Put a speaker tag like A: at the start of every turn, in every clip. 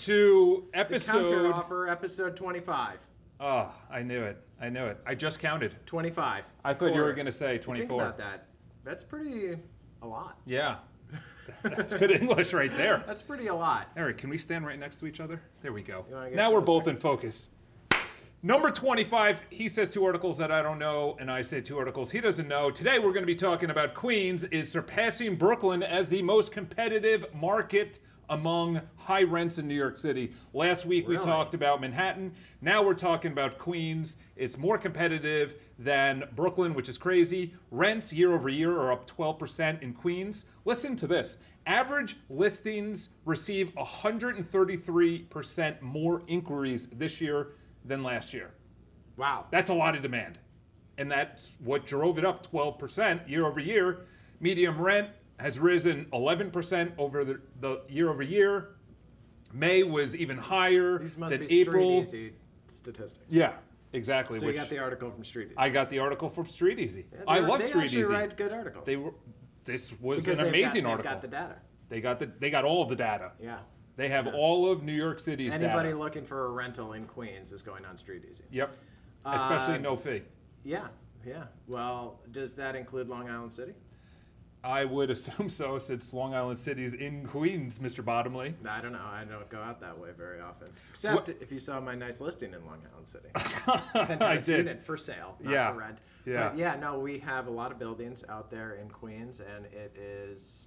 A: to
B: The counter
A: episode.
B: offer, episode 25.
A: Oh, I knew it. I knew it. I just counted.
B: 25.
A: I thought you were
B: Quarter.
A: going to say
B: Think
A: 24.
B: about that. That's pretty a lot.
A: Yeah. That's good English right there.
B: That's pretty a lot.
A: Eric, can we stand right next to each other? There we go.
B: You wanna get
A: Now we're both in
B: closer?
A: focus. Number 25, he says two articles that I don't know, and I say two articles he doesn't know. Today we're going to be talking about Queens is surpassing Brooklyn as the most competitive market among high rents in New York City. Last week we
B: Really?
A: talked about Manhattan. Now we're talking about Queens. It's more competitive than Brooklyn, which is crazy. Rents year over year are up 12% in Queens. Listen to this average listings receive 133% more inquiries this year than last year.
B: Wow.
A: That's a lot of demand. And that's what drove it up 12% year over year. Medium rent has risen 11% over the, the year over year. May was even higher
B: These must
A: than
B: be
A: April.
B: street easy statistics.
A: Yeah, exactly.
B: So
A: which
B: you got the article from Street Easy.
A: I got the article from Street Easy.
B: Yeah, they
A: I
B: were-
A: love
B: they
A: Street
B: actually
A: Easy.
B: write good articles.
A: They were. This was
B: because
A: an
B: they've
A: amazing
B: got,
A: article.
B: They've got the data.
A: They got the. They got all of the data.
B: Yeah.
A: They have all of New York City's
B: Anybody
A: data.
B: looking for a rental in Queens is going on Street Easy.
A: Yep. Especially
B: Uh,
A: no fee.
B: Yeah. Yeah. Well, does that include Long Island City?
A: I would assume so, since Long Island City's in Queens, Mr. Bottomley.
B: I don't know. I don't go out that way very often. Except if you saw my nice listing in Long Island City. Penthouse
A: did.
B: unit for sale, not
A: Yeah.
B: for rent.
A: Yeah.
B: But yeah, no, we have a lot of buildings out there in Queens, and it is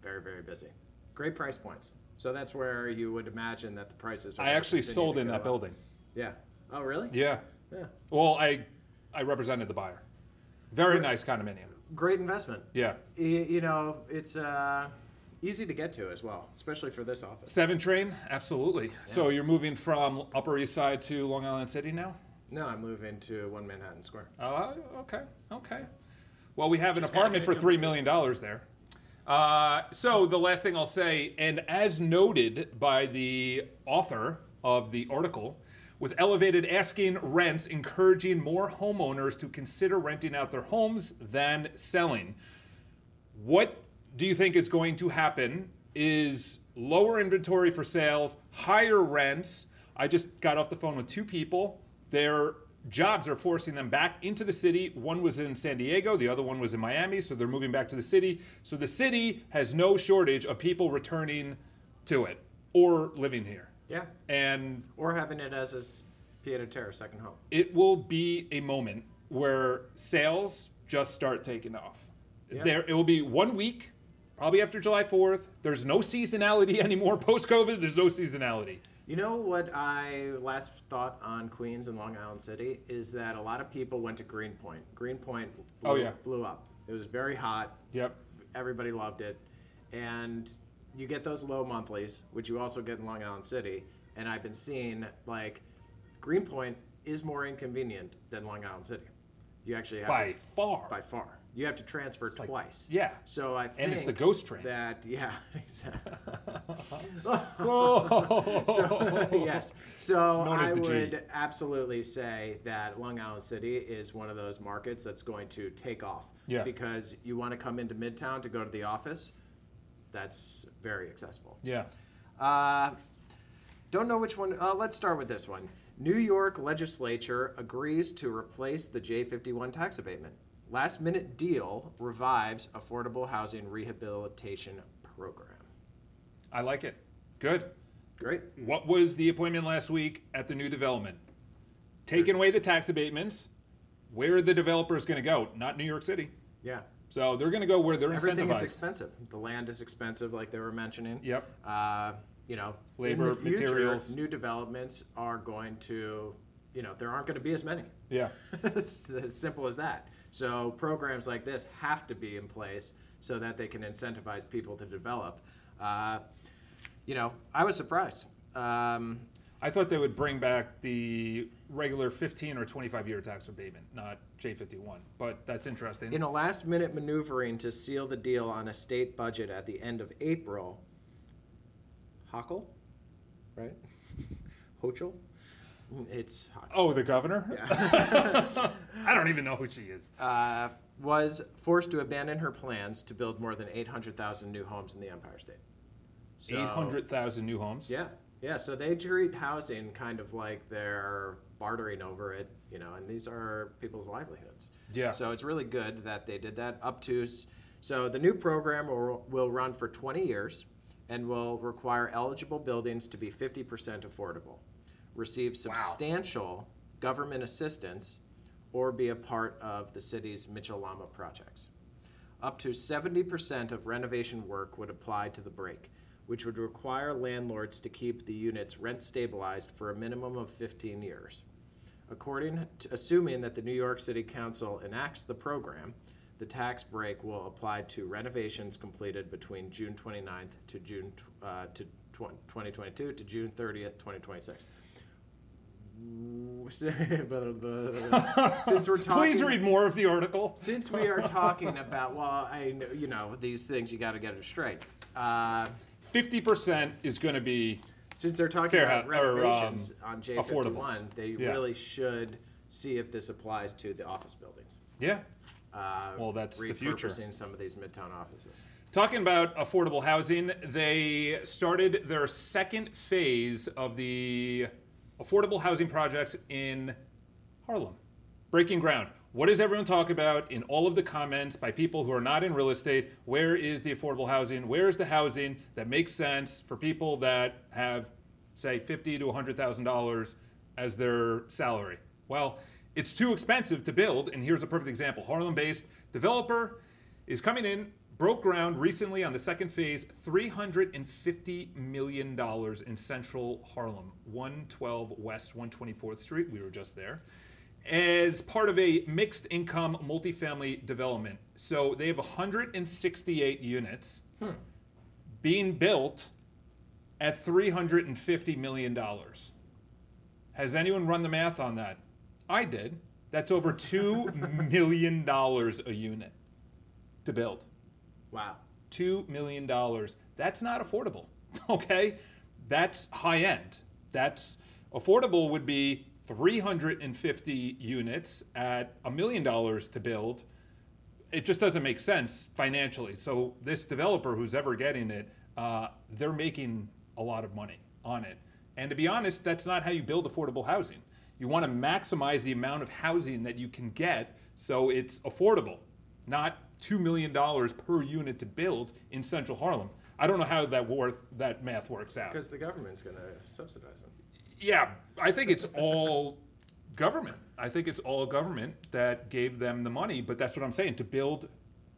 B: very, very busy. Great price points. So that's where you would imagine that the prices. Are
A: I
B: gonna
A: actually
B: continue
A: sold
B: to
A: in
B: go
A: that
B: up.
A: building.
B: Yeah. Oh, really?
A: Yeah.
B: Yeah.
A: Well, I I represented the buyer. Very nice condominium.
B: Great investment.
A: Yeah.
B: Y- You know, it's uh, easy to get to as well, especially for this office.
A: Seven train, absolutely. So you're moving from Upper East Side to Long Island City now?
B: No, I'm moving to One Manhattan Square.
A: Uh, okay, okay. Well, we have an
B: Just gotta
A: apartment
B: get
A: for
B: it
A: three million dollars there. Uh, so the last thing I'll say, and as noted by the author of the article, with elevated asking rents encouraging more homeowners to consider renting out their homes than selling. What do you think is going to happen? Is lower inventory for sales, higher rents? I just got off the phone with two people. Their jobs are forcing them back into the city. One was in San Diego, the other one was in Miami, so they're moving back to the city. So the city has no shortage of people returning to it or living here.
B: Yeah.
A: And
B: Or having it as a s- pied-à terre second home.
A: it will be a moment where sales just start taking off.
B: Yeah.
A: There, it will be one week, probably after July Fourth. There's no seasonality anymore. Post COVID, there's no seasonality.
B: You know what I last thought on Queens and Long Island City is that a lot of people went to Greenpoint. Greenpoint blew,
A: Oh, yeah.
B: blew up. It was very hot.
A: Yep.
B: Everybody loved it. And you get those low monthlies, which you also get in Long Island City. And I've been seeing like Greenpoint is more inconvenient than Long Island City. You actually have
A: By
B: to,
A: far.
B: by far. You have to transfer
A: like-
B: twice.
A: yeah.
B: So I think
A: And it's the ghost train.
B: that yeah, exactly.
A: Whoa.
B: So, yes. So
A: Oh. known as
B: I
A: the G.
B: would absolutely say that Long Island City is one of those markets that's going to take off.
A: Yeah.
B: Because you want to come into Midtown to go to the office, that's very accessible.
A: Yeah.
B: Uh, don't know which one. Uh, let's start with this one. New York legislature agrees to replace the J51 tax abatement. Last minute deal revives affordable housing rehabilitation program.
A: I like it. Good.
B: Great.
A: What was the appointment last week at the new development? Taking away the tax abatements. Where are the developers going to go? Not New York City.
B: Yeah.
A: So they're going to go where they're
B: Everything is
A: incentivized.
B: expensive. The land is expensive, like they were mentioning.
A: Yep.
B: Uh, you know, in
A: Labor,
B: the future,
A: materials.
B: New developments are going to, you know, there aren't going to be as many.
A: Yeah.
B: it's as simple as that. So programs like this have to be in place so that they can incentivize people to develop. Uh, you know, I was surprised. Um,
A: I thought they would bring back the regular 15 or 25 year tax abatement, not J51. But that's interesting.
B: In a last minute maneuvering to seal the deal on a state budget at the end of April, Hochul, right? Hochul? It's Hochul.
A: oh, the governor?
B: Yeah.
A: I don't even know who she is.
B: Uh, was forced to abandon her plans to build more than 800,000 new homes in the Empire State. So-
A: 800,000 new homes.
B: Yeah, Yeah, so they treat housing kind of like they're bartering over it, you know, and these are people's livelihoods.
A: Yeah.
B: So it's really good that they did that up to. s- So the new program will, will run for 20 years and will require eligible buildings to be 50% affordable, receive substantial government assistance, or be a part of the city's Mitchell-Lama projects. Up to 70% of renovation work would apply to the break, which would require landlords to keep the units rent stabilized for a minimum of 15 years. According to, assuming that the New York City Council enacts the program, the tax break will apply to renovations completed between June 29th to June tw- uh, to tw- 2022 to June 30th, 2026. Since we're talking,
A: Please read more of the article.
B: since we are talking about, well, I know, you know these things, you got to get it straight. Uh,
A: Fifty percent is going to be
B: since they're talking
A: Fair
B: about
A: hou- or, um,
B: renovations on J fifty one,
A: affordables.
B: they
A: Yeah.
B: really should see if this applies to the office buildings.
A: yeah.
B: Uh,
A: Well, that's the future.
B: repurposing some of these midtown offices.
A: Talking about affordable housing, they started their second phase of the affordable housing projects in Harlem. Breaking ground. What does everyone talk about in all of the comments by people who are not in real estate? Where is the affordable housing? Where is the housing that makes sense for people that have, say, fifty to hundred thousand dollars as their salary? Well, it's too expensive to build, and here's a perfect example. Harlem-based developer is coming in, broke ground recently on the second phase, $350 million in central Harlem, 112 West 124th Street. We were just there. As part of a mixed income multifamily development. So they have 168 units being built at $350 million. Has anyone run the math on that? I did. That's over $2 million a unit to build.
B: Wow.
A: $2 million. That's not affordable, okay? That's high end. That's affordable would be 350 units at a million dollars to build. It just doesn't make sense financially. So this developer who's ever getting it, uh, they're making a lot of money on it. And to be honest, that's not how you build affordable housing. You want to maximize the amount of housing that you can get so it's affordable not two million dollars per unit to build in Central Harlem. I don't know how that worth that math works out.
B: Because the government's going to subsidize them.
A: Yeah, I think it's all government. I think it's all government that gave them the money. But that's what I'm saying. To build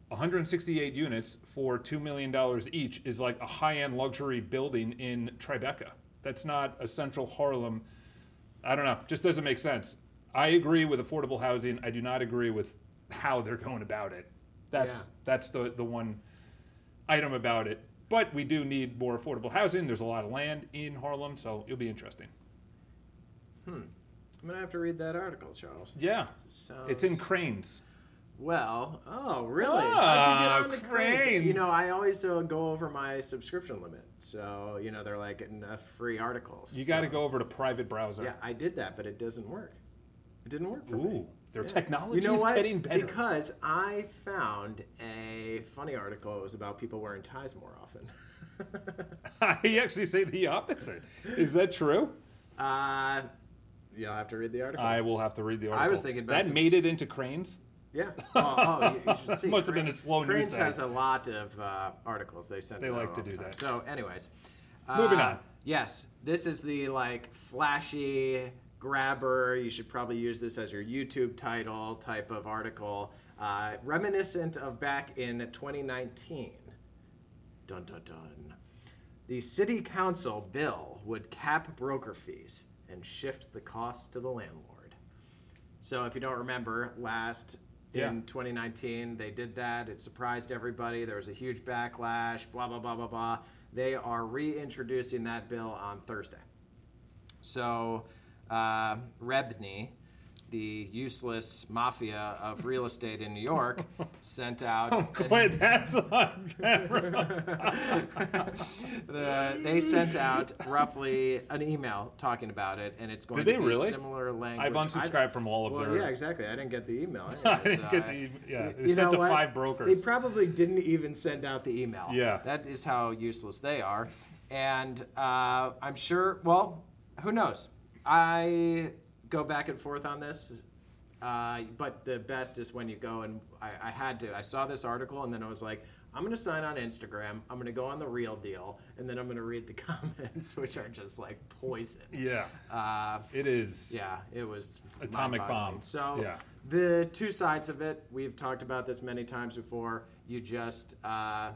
A: 168 units for two million dollars each is like a high-end luxury building in Tribeca. That's not a Central Harlem. I don't know. Just doesn't make sense. I agree with affordable housing. I do not agree with how they're going about it. That's
B: Yeah.
A: that's the the one item about it. But we do need more affordable housing. There's a lot of land in Harlem, so it'll be interesting.
B: I'm going to have to read that article, Charles.
A: Yeah.
B: Sounds...
A: It's in cranes.
B: Well, oh, really?
A: Ah,
B: How'd you get on the cranes? You
A: cranes.
B: know, I always uh, go over my subscription limit. So, you know, they're like enough free articles.
A: You got to
B: so-
A: go over to private browser.
B: Yeah, I did that, but it doesn't work. It didn't work for me.
A: Ooh, their
B: Yeah.
A: technology
B: You know
A: is
B: what?
A: getting better.
B: Because I found a funny article. It was about people wearing ties more often.
A: I actually say the opposite. Is that true?
B: uh, you'll have to read the article.
A: I will have to read the article.
B: I was thinking about
A: that
B: some-
A: made it into cranes.
B: yeah. Oh, oh, you, you should see.
A: Must have been a slow news
B: Cranes
A: day.
B: has a lot of uh, articles they send.
A: They
B: out
A: like
B: all
A: to
B: the
A: do
B: time.
A: that.
B: So, anyways, uh,
A: Moving on.
B: Yes, this is the like flashy grabber. You should probably use this as your YouTube title type of article, uh, reminiscent of back in 2019. Dun dun dun. The city council bill would cap broker fees and shift the cost to the landlord. So if you don't remember, last
A: Yeah.
B: in 2019 they did that. It surprised everybody. There was a huge backlash. Blah blah blah blah blah. They are reintroducing that bill on Thursday. So uh, Rebney, the useless mafia of real estate in New York, sent out.
A: I'm glad that's on camera.
B: the, they sent out roughly an email talking about it, and it's going
A: Did
B: to
A: they
B: be
A: really?
B: similar
A: I've
B: language.
A: unsubscribed from all of
B: well,
A: their.
B: yeah, exactly. I didn't get the email.
A: I didn't
B: anyways.
A: get
B: Uh,
A: the. e- Yeah,
B: you
A: it's sent
B: know
A: to
B: what?
A: five
B: They
A: brokers.
B: probably didn't even send out the email.
A: Yeah.
B: That is how useless they are. And uh, I'm sure, well, who knows? I go back and forth on this, uh, but the best is when you go and I, I had to. I saw this article and then I was like, I'm going to sign on Instagram. I'm going to go on the real deal. And then I'm going to read the comments, which are just like poison.
A: Yeah.
B: Uh,
A: It is.
B: yeah, it was
A: Atomic
B: mind-boggling.
A: bomb.
B: So
A: Yeah.
B: the two sides of it, we've talked about this many times before. You just uh,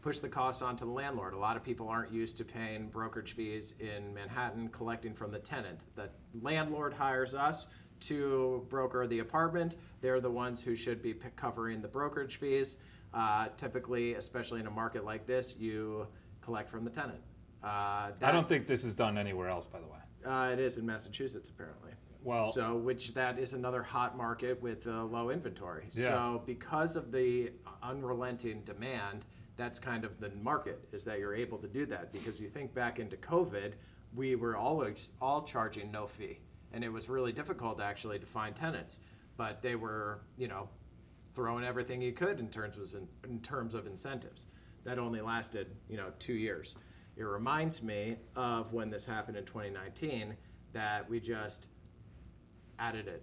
B: push the costs onto the landlord. A lot of people aren't used to paying brokerage fees in Manhattan, collecting from the tenant. The landlord hires us to broker the apartment. They're the ones who should be p- covering the brokerage fees. Uh, typically, especially in a market like this, you collect from the tenant. Uh,
A: I
B: that-
A: don't think this is done anywhere else, by the way.
B: uh, it is in Massachusetts, apparently.
A: Well-
B: so which that is another hot market with uh, low inventory.
A: Yeah.
B: So because of the unrelenting demand, that's kind of the market is that you're able to do that because you think back into COVID, we were always all charging no fee, and it was really difficult actually to find tenants, but they were you know throwing everything you could in terms of in terms of incentives. That only lasted, you know, two years. It reminds me of when this happened in 2019 that we just added it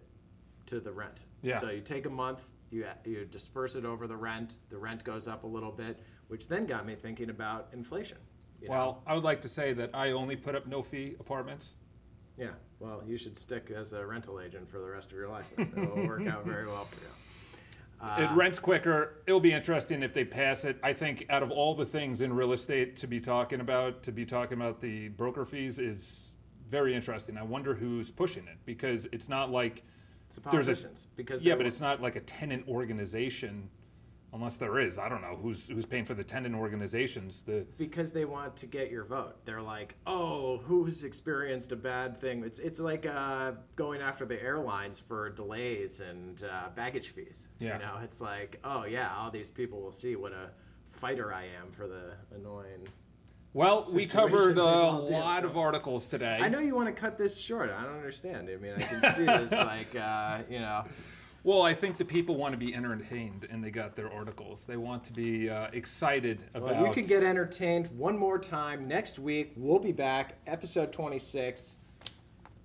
B: to the rent.
A: Yeah.
B: So you take a month, you you disperse it over the rent. The rent goes up a little bit, which then got me thinking about inflation. you know?
A: Well, I would like to say that I only put up no fee apartments.
B: yeah. Well, you should stick as a rental agent for the rest of your life. It will work out very well for you. Uh,
A: it rents quicker. It'll be interesting if they pass it. I think out of all the things in real estate to be talking about, to be talking about the broker fees is very interesting. I wonder who's pushing it because it's not like
B: It's the
A: There's a-
B: politicians because
A: yeah,
B: they
A: but
B: wa-
A: it's not like a tenant organization, unless there is. I don't know who's who's paying for the tenant organizations. The
B: because they want to get your vote. They're like, oh, who's experienced a bad thing? It's it's like uh, going after the airlines for delays and uh, baggage fees.
A: Yeah.
B: You know, it's like, oh yeah, all these people will see what a fighter I am for the annoying.
A: well, we covered
B: Situation
A: a
B: involved, yeah.
A: lot of articles today.
B: I know you want to cut this short. I don't understand. I mean, I can see this like, uh, you know,
A: Well, I think the people want to be entertained, and they got their articles. They want to be uh, excited about.
B: well, you can get entertained one more time next week. We'll be back, episode twenty six,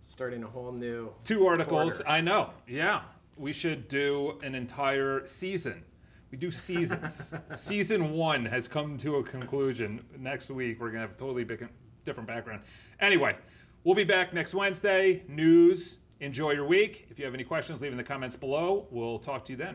B: starting a whole new
A: Two articles.
B: Quarter.
A: I know. Yeah. We should do an entire season. We do seasons. season one has come to a conclusion. Next week, we're going to have a totally big, different background. Anyway, we'll be back next Wednesday. News. Enjoy your week. If you have any questions, leave in the comments below. We'll talk to you then.